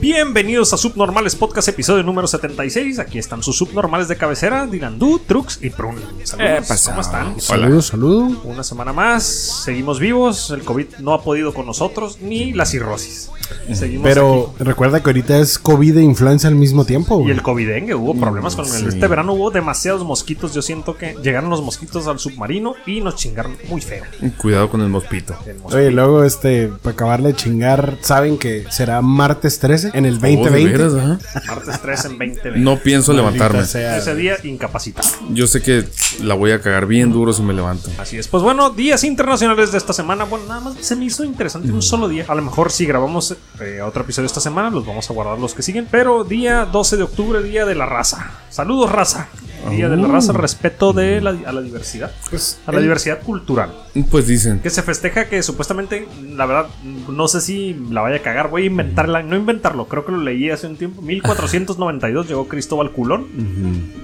Bienvenidos a Subnormales Podcast, episodio número 76. Aquí están sus subnormales de cabecera, Dinandú, Trux y Prun. Eh, Saludos, pasado. ¿cómo están? Saludos, saludos. Una semana más, seguimos vivos, el COVID no ha podido con nosotros, ni la cirrosis. Seguimos Pero recuerda que ahorita es COVID e influenza al mismo tiempo. aquí. Y güey. el COVID-dengue, hubo problemas con el... sí. Este verano hubo demasiados mosquitos, yo siento que llegaron los mosquitos al submarino y nos chingaron muy feo. Cuidado con el mosquito. El mosquito. Oye, luego, este, para acabarle de chingar, saben que será martes 13 en el Oh, de 2020. veras, ajá. Martes 3 en 20 No pienso Maldita levantarme. sea. Ese día incapacitado. Yo sé que la voy a cagar bien duro si me levanto. Así es, pues bueno, días internacionales de esta semana. Bueno, nada más se me hizo interesante un solo día. A lo mejor si grabamos eh, otro episodio esta semana, los vamos a guardar los que siguen. Pero día 12 de octubre, día de la raza. Saludos, raza. Día de la raza, respeto de la, a la diversidad. Pues, A la Uh. el- diversidad cultural. Pues dicen. Que se festeja que supuestamente, la verdad, no sé si la vaya a cagar. Voy a inventarla, no inventarlo, creo que lo leí hace un tiempo. 1492 llegó Cristóbal Culón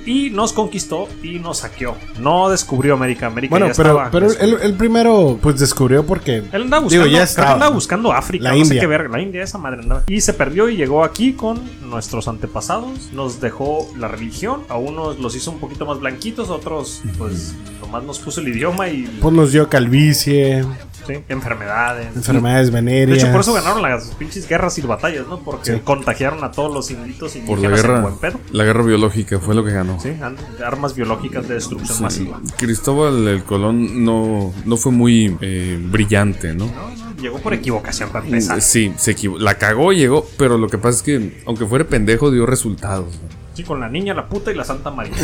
y nos conquistó y nos saqueó. No descubrió América. América Bueno, ya pero, estaba. pero él, él primero, pues descubrió porque. Él andaba buscando, Digo, ya creo que estaba. andaba buscando África, La no sé India. qué verga, la India, esa madre andaba. Y se perdió y llegó aquí con nuestros antepasados. Nos dejó la religión. A unos los hizo un poquito más blanquitos, a otros, pues, nomás nos puso el idioma y Pues nos dio calvicie, sí, enfermedades. enfermedades De venéreas. hecho, por eso ganaron las pinches guerras y batallas, ¿no? Porque Sí. contagiaron a todos los inditos y Por la en guerra. buen pedo. La guerra biológica fue lo que ganó. Sí, and- armas biológicas de destrucción Sí. masiva. Cristóbal el Colón no, no fue muy eh, brillante, ¿no? No, no, Llegó por equivocación para empezar. Sí, se equivo- la cagó, llegó, pero lo que pasa es que aunque fuera pendejo dio resultados. ¿no? Sí, con la niña, la puta y la Santa María.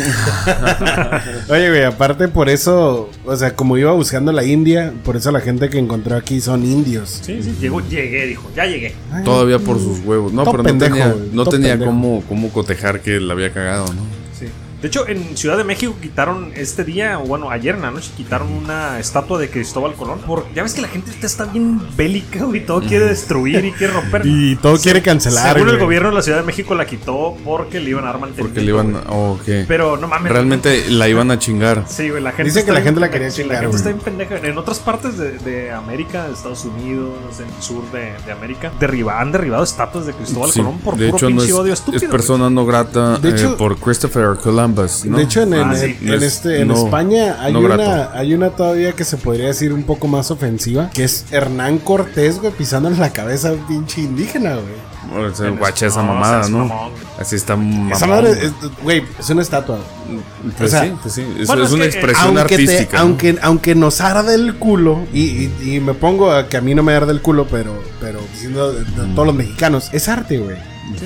Oye, güey, aparte por eso, o sea, como iba buscando la India, por eso la gente que encontró aquí son indios. Sí, sí, llegó, llegué, dijo, ya llegué. Ay, Todavía por sus huevos. No, Ah. Todo pero no pendejo, tenía, güey, no todo tenía pendejo. cómo, cómo cotejar que la había cagado, ¿no? Sí. De hecho, en Ciudad de México quitaron este día, o bueno, ayer en la noche, quitaron una estatua de Cristóbal Colón. Por, ya ves que la gente ahorita está bien bélica güey, y todo quiere destruir y quiere romper. Y todo quiere cancelar. Según el güey. gobierno de la Ciudad de México la quitó porque le iban a dar mantenimiento. Porque le iban... güey. oh, ok. Pero no mames. Realmente la iban a chingar. Sí, güey, la gente. Dicen que está la bien gente la pendeja, quería chingar, La gente güey. está bien pendeja. En otras partes de, de América, de Estados Unidos, en el sur de, de América, derriba- han derribado estatuas de Cristóbal Sí, Colón por de puro hecho, no pinche es, odio es estúpido. güey. persona no grata De eh, hecho- por Christopher Columbus. ¿no? De hecho, en, Ah, en- sí. en este, en No, España hay, no grato. una, hay una todavía que se podría decir un poco más ofensiva, que es Hernán Cortés, güey, pisándole la cabeza a un pinche indígena, güey. O sea, en- guacha esa no, mamada, seas ¿no? mamón. Así está mamón. Esa madre, es, güey, es una estatua. Pues o sea, sí, pues sí. Es, bueno, es es una que, eh, expresión Aunque, te- artística. ¿no? aunque, aunque nos arde el culo, y, y- y me pongo a que a mí no me arde el culo, pero, pero diciendo de- de todos los mexicanos, es arte, güey.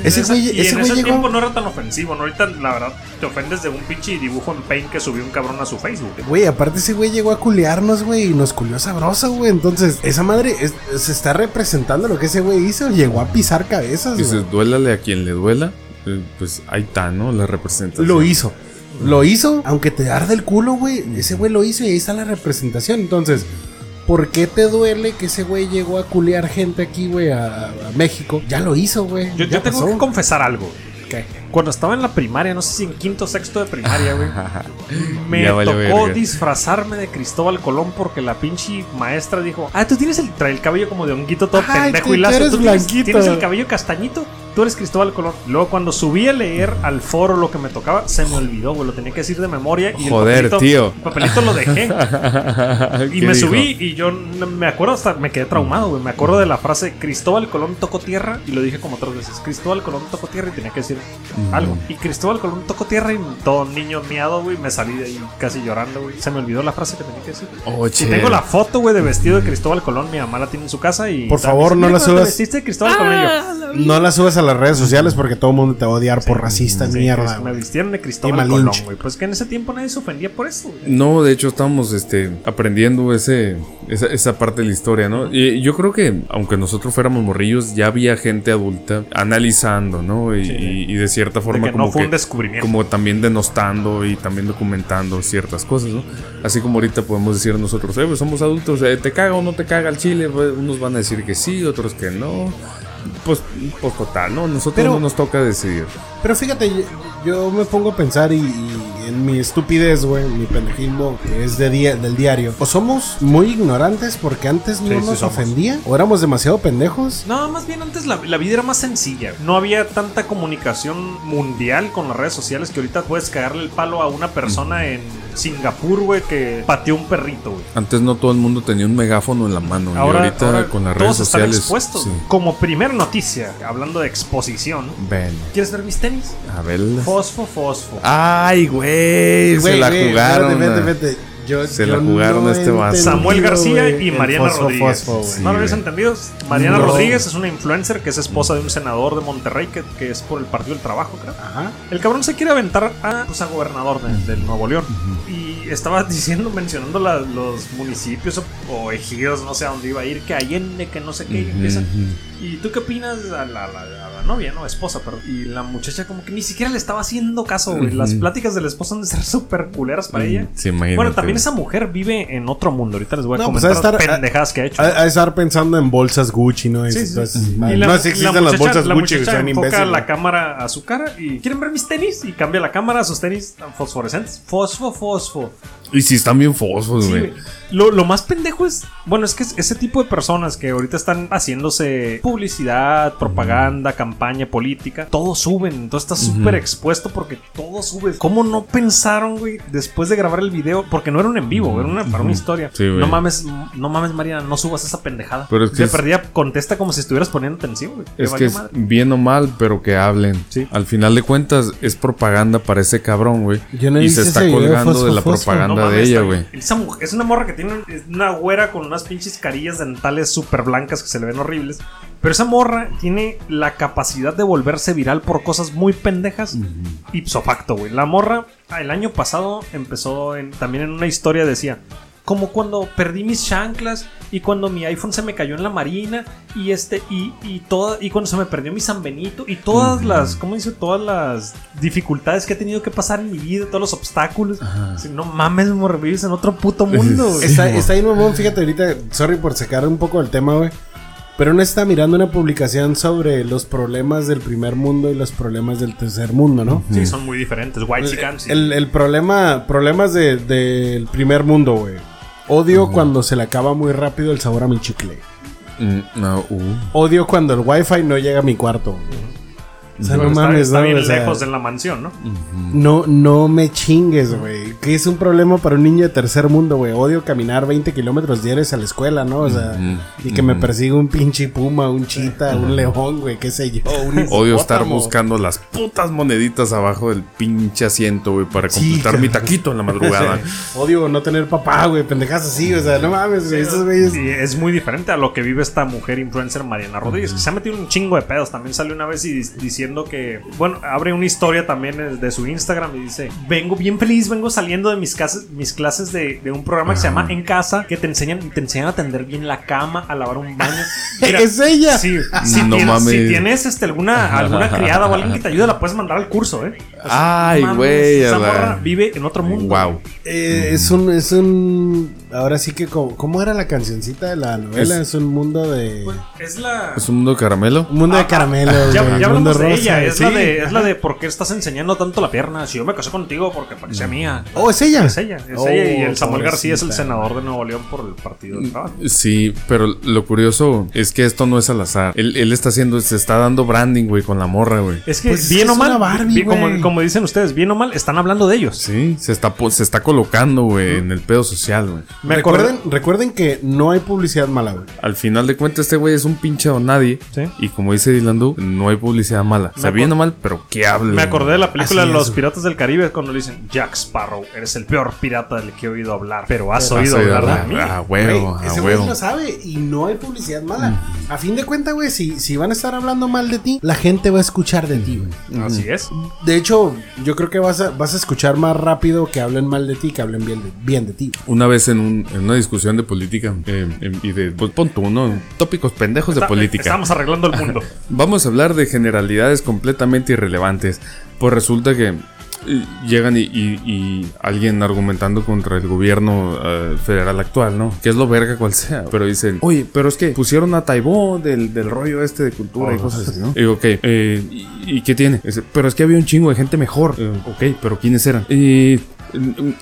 Ese Esa- güey y ese en güey ese llegó. tiempo no era tan ofensivo, ¿no? Ahorita, la verdad, te ofendes de un pinche dibujo en Paint que subió un cabrón a su Facebook. Güey, aparte ese güey llegó a culearnos, güey, y nos culió sabroso, güey. Entonces, esa madre es- se está representando lo que ese güey hizo. Llegó a pisar cabezas, güey. Dices, duélale a quien le duela. eh, Pues ahí está, ¿no? La representación. Lo hizo. Lo hizo, aunque te arde el culo, güey. Ese güey lo hizo y ahí está la representación. Entonces, ¿por qué te duele que ese güey llegó a culear gente aquí, güey, a, a México? Ya lo hizo, güey. Yo, Ya yo tengo pasó. que confesar algo. ¿Qué? Cuando estaba en la primaria, no sé si en quinto o sexto de primaria, güey, me Ya tocó valió verga. disfrazarme de Cristóbal Colón porque la pinche maestra dijo: Ah, tú tienes el, trae el cabello como de honguito todo Ay, pendejo tú- y tú lazo. eres tú tienes, blanquito". tienes el cabello castañito, tú eres Cristóbal Colón. Luego, cuando subí a leer al foro lo que me tocaba, se me olvidó, güey, lo tenía que decir de memoria. Y el Joder, papelito- tío. El papelito lo dejé. Y y me subí y yo n- me acuerdo hasta, me quedé traumado, güey. Me acuerdo de la frase Cristóbal Colón tocó tierra y lo dije como tres veces. Cristóbal Colón tocó tierra y tenía que decir algo. Y Cristóbal Colón tocó tierra y todo niño miado, güey. Me salí de ahí casi llorando, güey. Se me olvidó la frase que tenía que decir. Y tengo la foto, güey, de vestido de Cristóbal Colón. Mi mamá la tiene en su casa y. Por favor, no Mira, la cuando te subas. vestiste de Cristóbal Colón y yo, No la subas a las redes sociales porque todo el mundo te va a odiar por racista, sí, Ah, mierda. pues, Me güey. vistieron de Y Cristóbal Malinche. Colón, güey. Pues que en ese tiempo nadie se ofendía por eso, güey. No, de hecho estamos este, aprendiendo ese, esa, esa parte de la historia, ¿no? Y yo creo que, aunque nosotros fuéramos morrillos, ya había gente adulta analizando, ¿no? Y, y- y de cierta forma que como no fue que- un descubrimiento. Como también denostando y también documentando ciertas cosas, ¿no? Así como ahorita podemos decir nosotros, eh, pues somos adultos, eh, ¿te caga o no te caga el chile? Pues, unos van a decir que sí, otros que no. pues, pues total, ¿no? Nosotros Pero- no nos toca decidir. Pero fíjate, yo, yo me pongo a pensar y, y en mi estupidez, güey, mi pendejismo que es de día, del diario. O somos muy ignorantes porque antes no Sí, sí nos somos. ofendía, o éramos demasiado pendejos. No, más bien antes la, la vida era más sencilla. No había tanta comunicación mundial con las redes sociales que ahorita puedes cagarle el palo a una persona en Singapur, güey, que pateó un perrito, güey. Antes no todo el mundo tenía un megáfono en la mano. y ahorita ahora con las redes todos están sociales. expuestos. sí. Como primera noticia, hablando de exposición, Bueno, ¿quieres ver mis tenis? a verlas. Fosfo, fosfo. Ah, Ay, güey. Se Güey, la güey, jugaron. espérate, ah. espérate, espérate. Yo- Se yo la jugaron no a este he vato. Samuel entendido, García güey, y el Mariana fosfo, Rodríguez. fosfo, güey. Sí, ¿No lo habéis güey. entendido? Mariana No. Rodríguez es una influencer que es esposa de un senador de Monterrey que, que es por el Partido del Trabajo, creo. Ajá. El cabrón se quiere aventar a, pues, a gobernador de- del Nuevo León. Y estaba diciendo, mencionando la- los municipios o, o ejidos, no sé a dónde iba a ir, que Allende, que no sé qué, y Ujú, empieza. ujú. ¿Y tú qué opinas a la, la- la- la novia, no? Esposa, perdón. Y la muchacha como que ni siquiera le estaba haciendo caso, güey. Las Ujú. pláticas de la esposa han de ser súper culeras Mm, para ella. Sí, imagínate. Bueno, también esa mujer vive en otro mundo. Ahorita les voy a No, pues, comentar ha de las estar- pendejadas que ha hecho. A, a estar pensando en bolsas Gucci, ¿no? Y Sí, sí. todas esas Y madres. Y la- no si existen la las muchacha- bolsas la Gucci, que muchacha sean enfoca imbéciles. la cámara a su cara y quieren ver mis tenis y cambia la cámara a sus tenis tan fosforescentes. Fosfo, fosfo. Y sí, están bien fosfos, Sí, güey. güey. lo, lo más pendejo es, bueno, es que es- ese tipo de personas que ahorita están haciéndose publicidad, propaganda, campaña política, todo suben, entonces estás súper expuesto porque todo sube. ¿Cómo no pensaron, güey, después de grabar el video? Porque no era un en vivo, era una, para una historia. Sí, güey. no mames, no mames, Mariana, no subas esa pendejada. Pero es que De es- perdida, contesta como si estuvieras poniendo atención, güey. Te Es valió que es madre. bien o mal, pero que hablen. Sí. Al final de cuentas, es propaganda para ese cabrón, güey. Yo no he y se visto está ese video de colgando de la fosfo, fosfo. propaganda No de mames, ella, está- güey. esa mujer- es una morra que tiene un- es una güera con unas pinches carillas dentales súper blancas que se le ven horribles. Pero esa morra tiene la capacidad de volverse viral por cosas muy pendejas. Ipso facto, güey. La morra ah, el año pasado empezó en- también en una historia, decía. Como cuando perdí mis chanclas y cuando mi iPhone se me cayó en la marina y este y, y toda y cuando se me perdió mi San Benito y todas las cómo dice todas las dificultades que he tenido que pasar en mi vida, todos los obstáculos. Sí, no mames, morro, vives en otro puto mundo. güey. Está, está bien, mamón. Fíjate, ahorita, sorry por sacar un poco el tema, güey. Pero uno está mirando una publicación sobre los problemas del primer mundo y los problemas del tercer mundo, ¿no? Sí, son muy diferentes. White chickens, sí. El, el problema, problemas de- del primer mundo, güey. Odio cuando se le acaba muy rápido el sabor a mi chicle. Mm, no, uh. Odio cuando el wifi no llega a mi cuarto. güey. O sea, Pero no está, mames, está no, bien o sea, lejos de la mansión, ¿no? no, no me chingues, güey. Que es un problema para un niño de tercer mundo, güey. Odio caminar 20 kilómetros diarios a la escuela, ¿no? O sea, Ujú, y que me persiga un pinche puma, un chita, un león, güey, qué sé yo. un Odio hipopótamo. estar buscando las putas moneditas abajo del pinche asiento, güey, para Sí, completar cabrón. mi taquito en la madrugada. Odio no tener papá, güey, pendejas así, o sea, no mames, güey. Esos güeyes. Sí, es muy diferente a lo que vive esta mujer influencer Mariana Rodríguez, que se ha metido un chingo de pedos. También salió una vez y dis- diciendo que, bueno, abre una historia también eh, de su Instagram y dice: Vengo bien feliz, vengo saliendo de mis, casas, mis clases de, de un programa que se llama En Casa, que te enseñan, te enseñan a tender bien la cama, a lavar un baño. Mira, es ella. Sí, si, No tienes, mames. si tienes, este, alguna, alguna criada o alguien que te ayude, la puedes mandar al curso, ¿eh? Ay, Mames, güey, Esa a la- morra vive en otro mundo. Wow. Eh, es un, es un. Ahora sí que como, ¿cómo era la cancioncita de la novela? Es, un mundo de. Es la. ¿Es un mundo de caramelo? Un mundo Pues de caramelo, güey. Ya, un ya mundo hablamos de rosa, ella, es, la sí. de, es la de por qué estás enseñando tanto la pierna. Si yo me casé contigo, porque para que sea mía. Oh, es ella. Es ella, es Oh, ella. Y el Samuel García es el pobrecita. senador de Nuevo León por el partido del trabajo. Sí, pero lo curioso es que esto no es al azar. Él, él está haciendo, se está dando branding, güey, con la morra, güey. Es que Pues es bien que o es mal, una Barbie, bien- güey. como, como dicen ustedes, bien o mal, están hablando de ellos. Sí, se está, po- se está colocando, güey, en el pedo social, güey. Me acordé- Recuerden, recuerden que no hay publicidad mala, güey. Al final de cuentas, este güey es un pinche don nadie. Sí. Y como dice Dylan Du, no hay publicidad mala. Se acor- viene mal, pero que hable. Me acordé de la película Así es, Los güey. Piratas del Caribe cuando le dicen Jack Sparrow, eres el peor pirata del que he oído hablar, pero has oído hablar de mí. A ah, huevo, Güey, a ese güey huevo. Mm. lo sabe y no hay publicidad mala. A fin de cuentas, güey, si, si van a estar hablando mal de ti, la gente va a escuchar de ti, güey. Así es. De hecho, yo creo que vas a, vas a escuchar más rápido que hablen mal de ti que hablen bien de, bien de ti. Una vez en, un- en una discusión de política eh, em, y de, pues pon tú, ¿no? Tópicos pendejos de Está- política. Estamos arreglando el mundo. Vamos a hablar de generalidades completamente irrelevantes. Pues resulta que eh, llegan y, y- y alguien argumentando contra el gobierno eh, federal actual, ¿no? Que es lo verga cual sea. Pero dicen, oye, pero es que pusieron a Taibó del, del rollo este de cultura y cosas así, ¿no? Y digo, ok, eh, ¿y, y qué tiene? Dice, pero es que había un chingo de gente mejor. Eh, ok, pero ¿quiénes eran? Eh,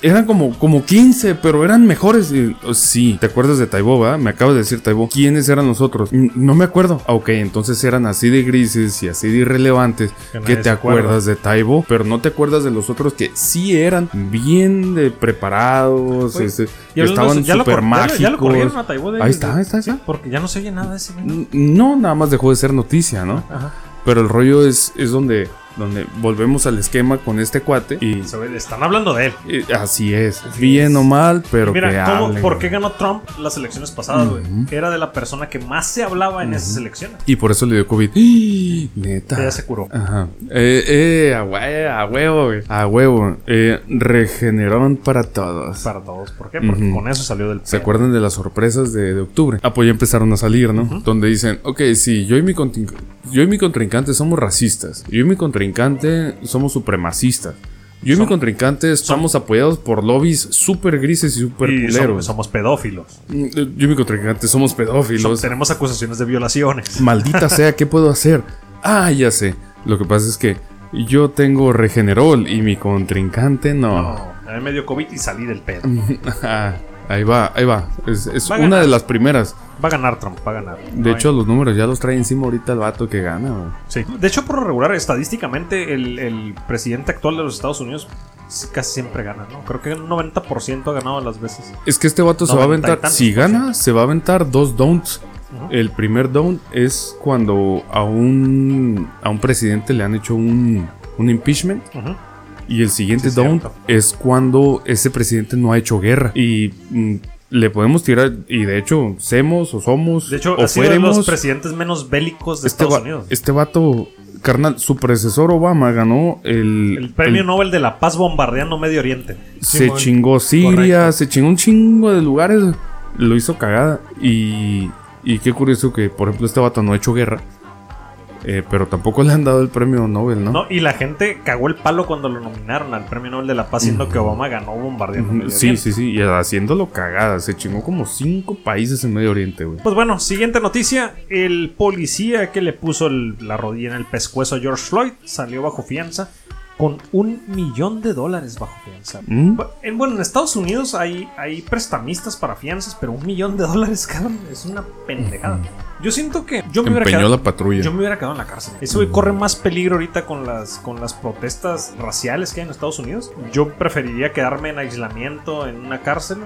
eran como, como 15, pero eran mejores. Y, oh, Sí, ¿te acuerdas de Taibo, va? Me acabas de decir Taibo. ¿Quiénes eran los otros? Mm, No me acuerdo. Ah, ok, entonces eran así de grises y así de irrelevantes Que que, nadie se te acuerda. acuerdas de Taibo, pero no te acuerdas de los otros que sí eran bien de preparados, Oye, este, Pues, Y que hablando de estaban eso, ya lo súper cor- ya lo- mágicos. ya lo corrieron a Taibo de- ahí está, ahí está, ahí Sí, está. porque ya no se oye nada de ese. güey. N- No, nada más dejó de ser noticia, ¿no? Ajá. Pero el rollo es, es donde, donde volvemos al esquema con este cuate y Se ve- Están hablando de él. eh, así es, bien o mal, pero que Mira, ¿cómo- hablen, ¿por güey. qué ganó Trump las elecciones pasadas, güey? Era de la persona que más se hablaba en esas elecciones. Y por eso le dio COVID. ¡Ah! Neta. Ya se curó. Ajá. Eh, eh, a hue- a huevo, güey. A huevo. Eh, regeneraron para todos. Para todos. ¿Por qué? Porque Ujú. con eso salió del. ¿Se acuerdan de las sorpresas de, de octubre? Ah, pues ya empezaron a salir, ¿no? Donde dicen, ok, sí, yo y, mi contin- yo y mi contrincante somos racistas. Yo y mi contrincante somos supremacistas. Yo y mi contrincante estamos apoyados por lobbies súper grises y súper Y somos, culeros. somos pedófilos. Mm, Yo y mi contrincante somos pedófilos. Tenemos acusaciones de violaciones. Maldita sea, ¿qué puedo hacer? Ah, ya sé. Lo que pasa es que yo tengo regenerol y mi contrincante no. No, a mí me dio COVID y salí del pedo. Ah, ahí va, ahí va. Es, es Va a una ganar. de las primeras. Va a ganar Trump, va a ganar. De No hecho, los números ya los trae encima ahorita el vato que gana. güey. Sí. De hecho, por lo regular, estadísticamente, el, el presidente actual de los Estados Unidos s- casi siempre gana, ¿no? Creo que un 90% ha ganado las veces. Es que este vato se va a Noventa y aventar. tantos Si por ciento. gana, se va a aventar dos don'ts. Ujú. El primer don't es cuando a un, a un presidente le han hecho un, un impeachment. Ujú. Y el siguiente Sí, down cierto. es cuando ese presidente no ha hecho guerra. Y mm, le podemos tirar, y de hecho, semos o somos, De hecho, o ha sido de los fuéremos. presidentes menos bélicos de este, Estados va- Unidos. este vato, carnal, su predecesor Obama ganó el, el premio el- Nobel de la Paz bombardeando Medio Oriente. se Simón. chingó Siria, Correcto. se chingó un chingo de lugares. Lo hizo cagada. Y, y qué curioso que, por ejemplo, este vato no ha hecho guerra. eh, pero tampoco le han dado el premio Nobel, ¿no? ¿no? Y la gente cagó el palo cuando lo nominaron al premio Nobel de la Paz, siendo que Obama ganó bombardeando Medio Sí, Oriente. sí, sí, y haciéndolo cagada. Se chingó como cinco países en Medio Oriente, güey. Pues bueno, siguiente noticia. El policía que le puso el- la rodilla en el pescuezo a George Floyd salió bajo fianza con un millón de dólares bajo fianza. ¿Mm? Bu- en- Bueno, en Estados Unidos hay, hay prestamistas para fianzas, pero un millón de dólares, cabrón, es una pendejada. Yo siento que yo me hubiera Empeñó quedado... la patrulla. Yo me hubiera quedado en la cárcel. Eso güey, corre más peligro ahorita con las, con las protestas raciales que hay en Estados Unidos. Yo preferiría quedarme en aislamiento en una cárcel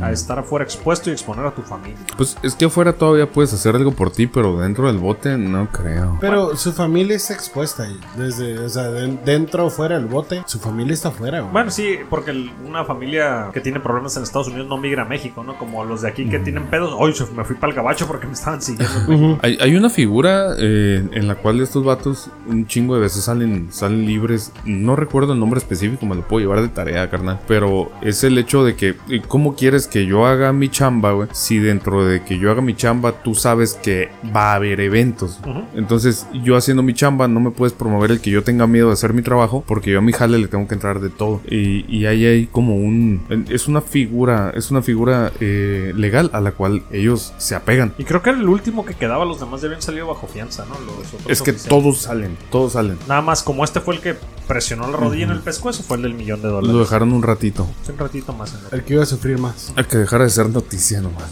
a estar afuera expuesto y exponer a tu familia. Pues es que afuera todavía puedes hacer algo por ti, pero dentro del bote no creo. Pero su familia está expuesta ahí. Desde, o sea, de- dentro o fuera del bote, su familia está afuera. güey. Bueno, sí, porque el- una familia que tiene problemas en Estados Unidos no migra a México, ¿no? Como los de aquí que tienen pedos. Hoy me fui para el gabacho porque me estaban siguiendo. Hay, hay una figura eh, en la cual estos vatos un chingo de veces salen, salen libres. No recuerdo el nombre específico, me lo puedo llevar de tarea, carnal. Pero es el hecho de que, eh, ¿cómo quieres que yo haga mi chamba, güey? Si dentro de que yo haga mi chamba, tú sabes que va a haber eventos. Ujú. Entonces, yo haciendo mi chamba, no me puedes promover el que yo tenga miedo de hacer mi trabajo, porque yo a mi jale le tengo que entrar de todo. Y, y ahí hay como un. Es una figura, es una figura eh, legal a la cual ellos se apegan. y creo que era el último que quedaba. Los demás debían salir bajo fianza, ¿no? Los otros Es que oficiales. todos salen, todos salen. Nada más, como este fue el que presionó la rodilla en el pescuezo, fue el del millón de dólares. Lo dejaron un ratito. Un ratito más en lo que- El que iba a sufrir más. Hay que dejar de ser noticia nomás.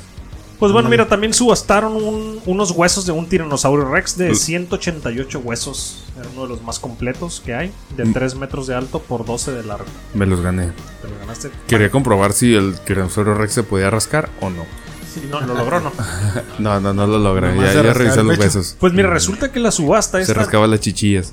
Pues Mm. bueno, mira, también subastaron un- unos huesos de un tiranosaurio rex Mm. de 188 huesos. Era uno de los más completos que hay, de Mm. 3 metros de alto por 12 de largo. Me los gané. Te lo ganaste. Quería comprobar si el tiranosaurio Rex se podía rascar o no. Sí, no, lo logró, ¿no? No, no, no lo logré. Nomás Ya, se ya rascaba revisé el los pecho. besos. Mm, Pues mira, resulta que la subasta Se esta rascaba las chichillas.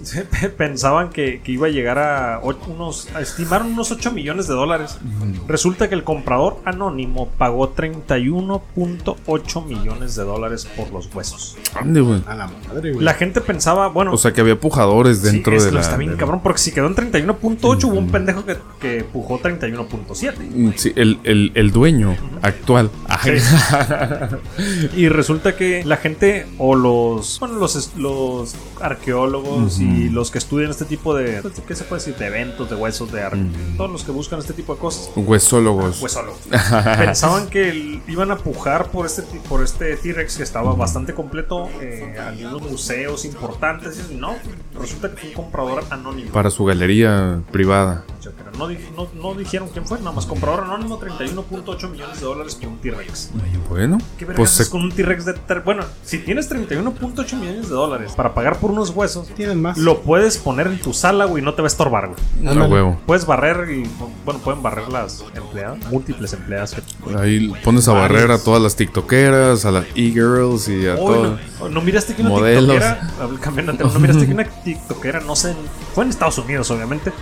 pensaban que, que iba a llegar a o- unos, a- estimaron unos 8 millones de dólares. Mm. Resulta que el comprador anónimo pagó 31.8 millones de dólares por los huesos. Ande, güey. A la madre, güey. La gente pensaba, bueno, Ah, O sea que había pujadores dentro sí, es de que la. está bien de la- cabrón, porque si quedó en 31.8 hubo un pendejo que, que pujó 31.7. Mm, Sí, el, el- el dueño actual. Ay, Y resulta que la gente o los bueno, los, es- los arqueólogos y los que estudian este tipo de pues, ¿qué se puede decir? de eventos, de huesos, de arte, todos los que buscan este tipo de cosas, Huesólogos. pues solo pensaban que el- iban a pujar por este ti- por este T-Rex que estaba bastante completo eh, a algunos museos importantes y no, resulta que fue un comprador anónimo. para su galería privada. Pero no, di- no- no dijeron quién fue, nada más comprador anónimo 31.8 millones de dólares por un T-Rex. Bueno, ¿Qué vergas pues haces se- con un T-Rex de ter- Bueno, si tienes 31.8 millones de dólares para pagar por unos huesos, Tienen más. lo puedes poner en tu sala, güey, no te va a estorbar, güey. a Ándale. huevo. Puedes barrer y, bueno, pueden barrer las empleadas, múltiples empleadas. que- Ahí pones a Varios. barrer a todas las tiktokeras, a las e-girls y a Uy, todo. no, no miraste que una Modelos. tiktokera, habl- cambiando de tema, no miraste que una tiktokera, no sé, fue en Estados Unidos, obviamente,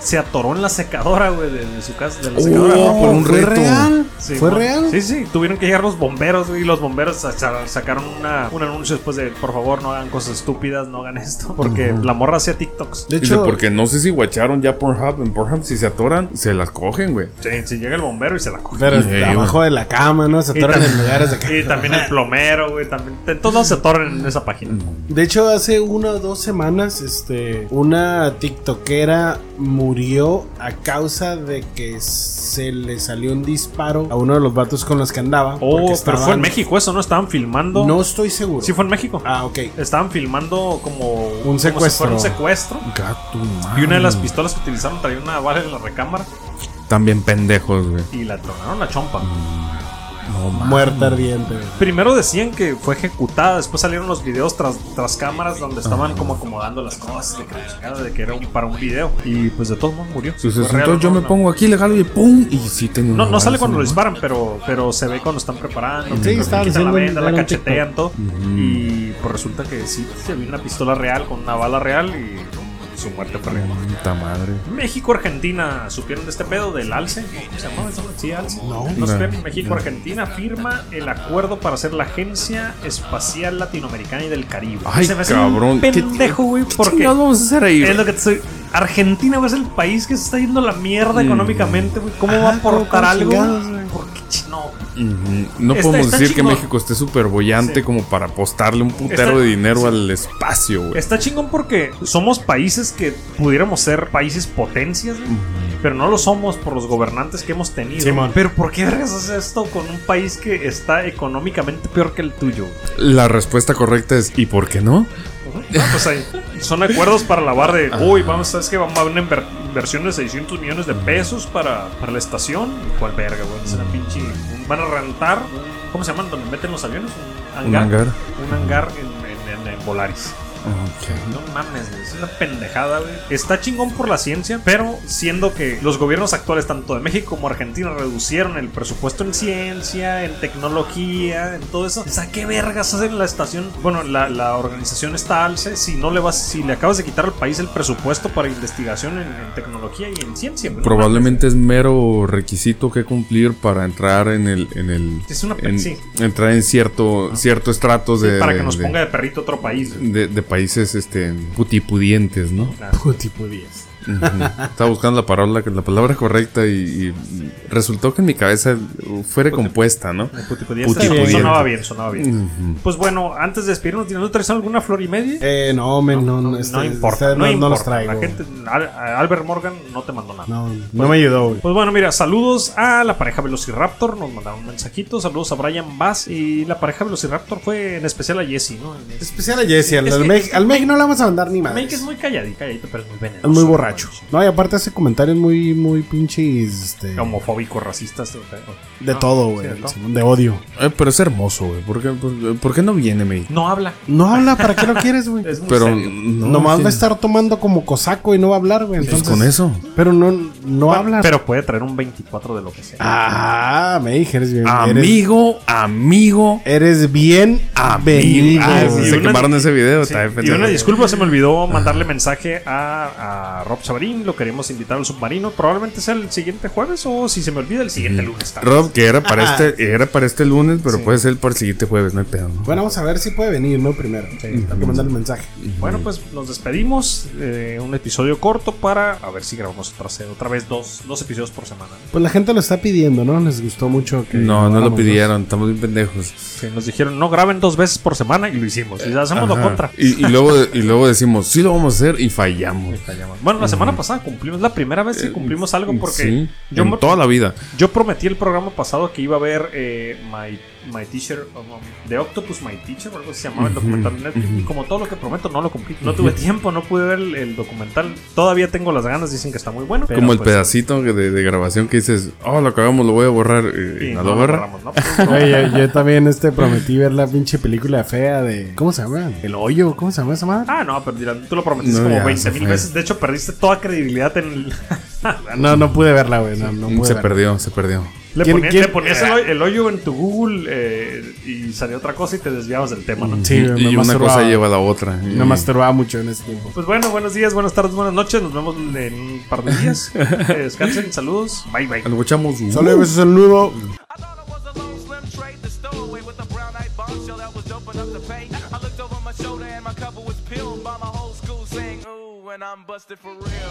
se atoró en la secadora, güey, de, de su casa, de la secadora. Oh, por un ¿Fue reto. real? Sí, ¿Fue mon- real? Sí, sí, tuvieron que llegar los bomberos güey, y los bomberos sa- sa- sacaron una- un anuncio después de por favor no hagan cosas estúpidas, no hagan esto, porque la morra hacía TikToks. De Dice, hecho, porque no sé si guacharon ya Pornhub. En Pornhub, si se atoran, se las cogen, güey. Sí, sí, llega el bombero y se la coge. pero Sí, abajo de la cama, ¿no? Se Y atoran en tam- lugares de acá. Y también el plomero, güey, también. En todos lados se atoran en esa página. De hecho, hace una o dos semanas, este, una tiktokera murió a causa de que se le salió un disparo a uno de los vatos con los que andaba. porque Oh, pero fue estaban- en México eso, ¿no? Estaban filmando. No estoy seguro. Sí, fue en México. Ah, ok. Estaban filmando como como si secuestro. Ah. fuera un secuestro. Gato, Y una de las man. pistolas que utilizaron traía una bala en la recámara También pendejos, güey. y la tronaron la chompa. No, man. Muerta ardiente. Primero decían que fue ejecutada, después salieron los videos tras, tras cámaras donde estaban como acomodando las cosas, de que, la chingada, de que era un- para un video. Y pues de todos modos murió. Si se Fue sentó, real, yo no, me no. pongo aquí, le jalo y pum. Y sí tengo No, una no sale bala, cuando lo sí, disparan, pero, pero se ve cuando están preparando. Sí, que quitan estaban la haciendo un- venda, la era un cachetean, todo. Y pues resulta que sí, se vio una pistola real con una bala real y su muerte fue real. man. Puta madre. México, Argentina, supieron de este pedo del alce. ¿Cómo se llamaba eso? Sí, alce. No. No sé, No. México, Argentina firma el acuerdo para ser la Agencia Espacial Latinoamericana y del Caribe. Ay, me hace un cabrón, ¿qué- pendejo, güey, porque chingados vamos a hacer ahí? es güey? lo que te estoy- Argentina güey, es el país que se está yendo a la mierda económicamente, güey. ¿Cómo va a Ah, ¿cómo- aportar cómo algo? chingados, güey? Porque chi- no. Ujú. No Está- podemos está decir que chingón. México esté súper bollante Sí. como para apostarle un putero Está- de dinero al espacio, güey. Está chingón porque somos países que pudiéramos ser países potencias, güey, pero no lo somos por los gobernantes que hemos tenido. Simón. pero ¿por qué vergas haces esto con un país que está económicamente peor que el tuyo? güey? La respuesta correcta es ¿y por qué no? Ah, pues ahí. Son acuerdos para la bar de. Uy, vamos, sabes que vamos a una inver- inversión de 600 millones de pesos para, para la estación. ¿Cuál verga, güey? Es una pinche. Van a rentar. un- ¿Cómo se llaman? Donde meten los aviones. Un hangar. Un hangar. Un hangar en, en- en- en Volaris. No mames, güey, es una pendejada, güey. Está chingón por la ciencia, pero siendo que los gobiernos actuales, tanto de México como Argentina, reducieron el presupuesto en ciencia, en tecnología, en todo eso. O sea, ¿qué vergas hacen la estación? Bueno, la, la organización está alce si no le vas, si le acabas de quitar al país el presupuesto para investigación en, en tecnología y en ciencia, güey. No Probablemente es mero requisito que cumplir para entrar en el, en el Es una pe- en- sí. entrar en cierto cierto estrato mames, de para de- que nos de- ponga de perrito otro país. güey. de- de países este putipudientes, ¿no? tipo 10. Ujú. Estaba buscando la palabra la palabra correcta y, y resultó que en mi cabeza fuera compuesta, ¿no? El putipudiente. Putipudiente. Sonaba bien, sonaba bien. Ujú. Pues bueno, antes de despedirnos, ¿no traes alguna flor y media? Eh, no, men, no, no, no, este- no importa. este, no, no- no los importa. traigo. La gente, Al- a- Albert Morgan no te mandó nada. No, no me ayudó, güey. Pues bueno, mira, saludos a la pareja Velociraptor. Nos mandaron un mensajito. Saludos a Brian Bass. Y la pareja Velociraptor fue en especial a Jesse, ¿no? En- Especial a Jesse, al, Es al que- Meg- al Meg no le vamos a mandar ni más. Mike es muy calladito, calladito, pero es muy venenoso. Es muy borracho. No, y aparte hace comentarios muy, muy pinches. Este, Homofóbico, racista. este, ok. de No, todo, sí, güey. de todo. de odio. Eh, pero es hermoso, güey. ¿Por qué, por- por qué no viene, me? No habla. No habla, ¿para qué lo quieres, güey? Es muy Pero serio. no, Nomás sí. va a estar tomando como cosaco y no va a hablar, güey. Pues Entonces, con eso. Pero no, no habla. Pero puede traer un 24 de lo que sea. Ah, me dijeres bien. Eres, Amigo, amigo. eres bien avenido. Ah, y se una- quemaron ese video. Sí, está bien y pendejo. una disculpa, se me olvidó mandarle mensaje a, a Rob Rob Sabarín, lo queremos invitar al submarino. Probablemente sea el siguiente jueves o si se me olvida, el siguiente lunes. tal vez. Rob, que era para, Ah. este, era para este lunes, pero Sí. puede ser para el siguiente jueves, no hay pedo. ¿no? Bueno, vamos a ver si puede venir, ¿no? Primero. Hay que mandarle un mensaje. Bueno, pues nos despedimos. eh, un episodio corto para a ver si grabamos otra, se- otra vez dos, dos episodios por semana. Pues la gente lo está pidiendo, ¿no? Les gustó mucho que. no, no lo grabáramos, pidieron, estamos bien pendejos. Que nos dijeron no graben dos veces por semana y lo hicimos. Y hacemos lo Eh, Ajá. contra. Y, y luego, y luego decimos, sí lo vamos a hacer y fallamos. Bueno, la semana pasada cumplimos, la primera vez que cumplimos algo porque Eh, Sí, yo, en me- toda la vida. yo prometí el programa pasado que iba a ver eh, My, My Teacher, o no, The Octopus My Teacher, o algo así se llamaba el documental de Netflix. Y como todo lo que prometo, no lo cumplí. No tuve tiempo, no pude ver el, el documental. Todavía tengo las ganas, dicen que está muy bueno. pero Como el pues, pedacito que de, de grabación que dices, oh, lo acabamos, lo voy a borrar. eh, y y no no lo lo borra. borramos, ¿no? Pero- Güey, yo, yo también este, prometí ver la pinche película fea de. ¿Cómo se llama? El hoyo, ¿cómo se llama esa madre? Ah, no, pero dirán, tú lo prometiste No, como ya, 20 se mil fue. veces. De hecho, perdiste toda credibilidad en el. No, no pude verla, güey. No, no pude se verla. perdió, se perdió. Le, ¿Quién- ponía- quién- le ponías el, hoy- el hoyo en tu Google eh, y salía otra cosa y te desviabas del tema, ¿no? Sí, Y- me y una masturbaba. cosa lleva a la otra. Y- No masturbaba mucho en ese tiempo. Pues bueno, buenos días, buenas tardes, buenas noches. Nos vemos en un par de días. Eh, Descansen, saludos. Bye, bye. Algo echamos. uh. Solo besos al nuevo. I thought I was a lone slim trade, the stowaway with a brown eyed bombshell that was doping up the pay. I looked over my shoulder and my cover was peeled by my whole school saying, Ooh, and I'm busted for real.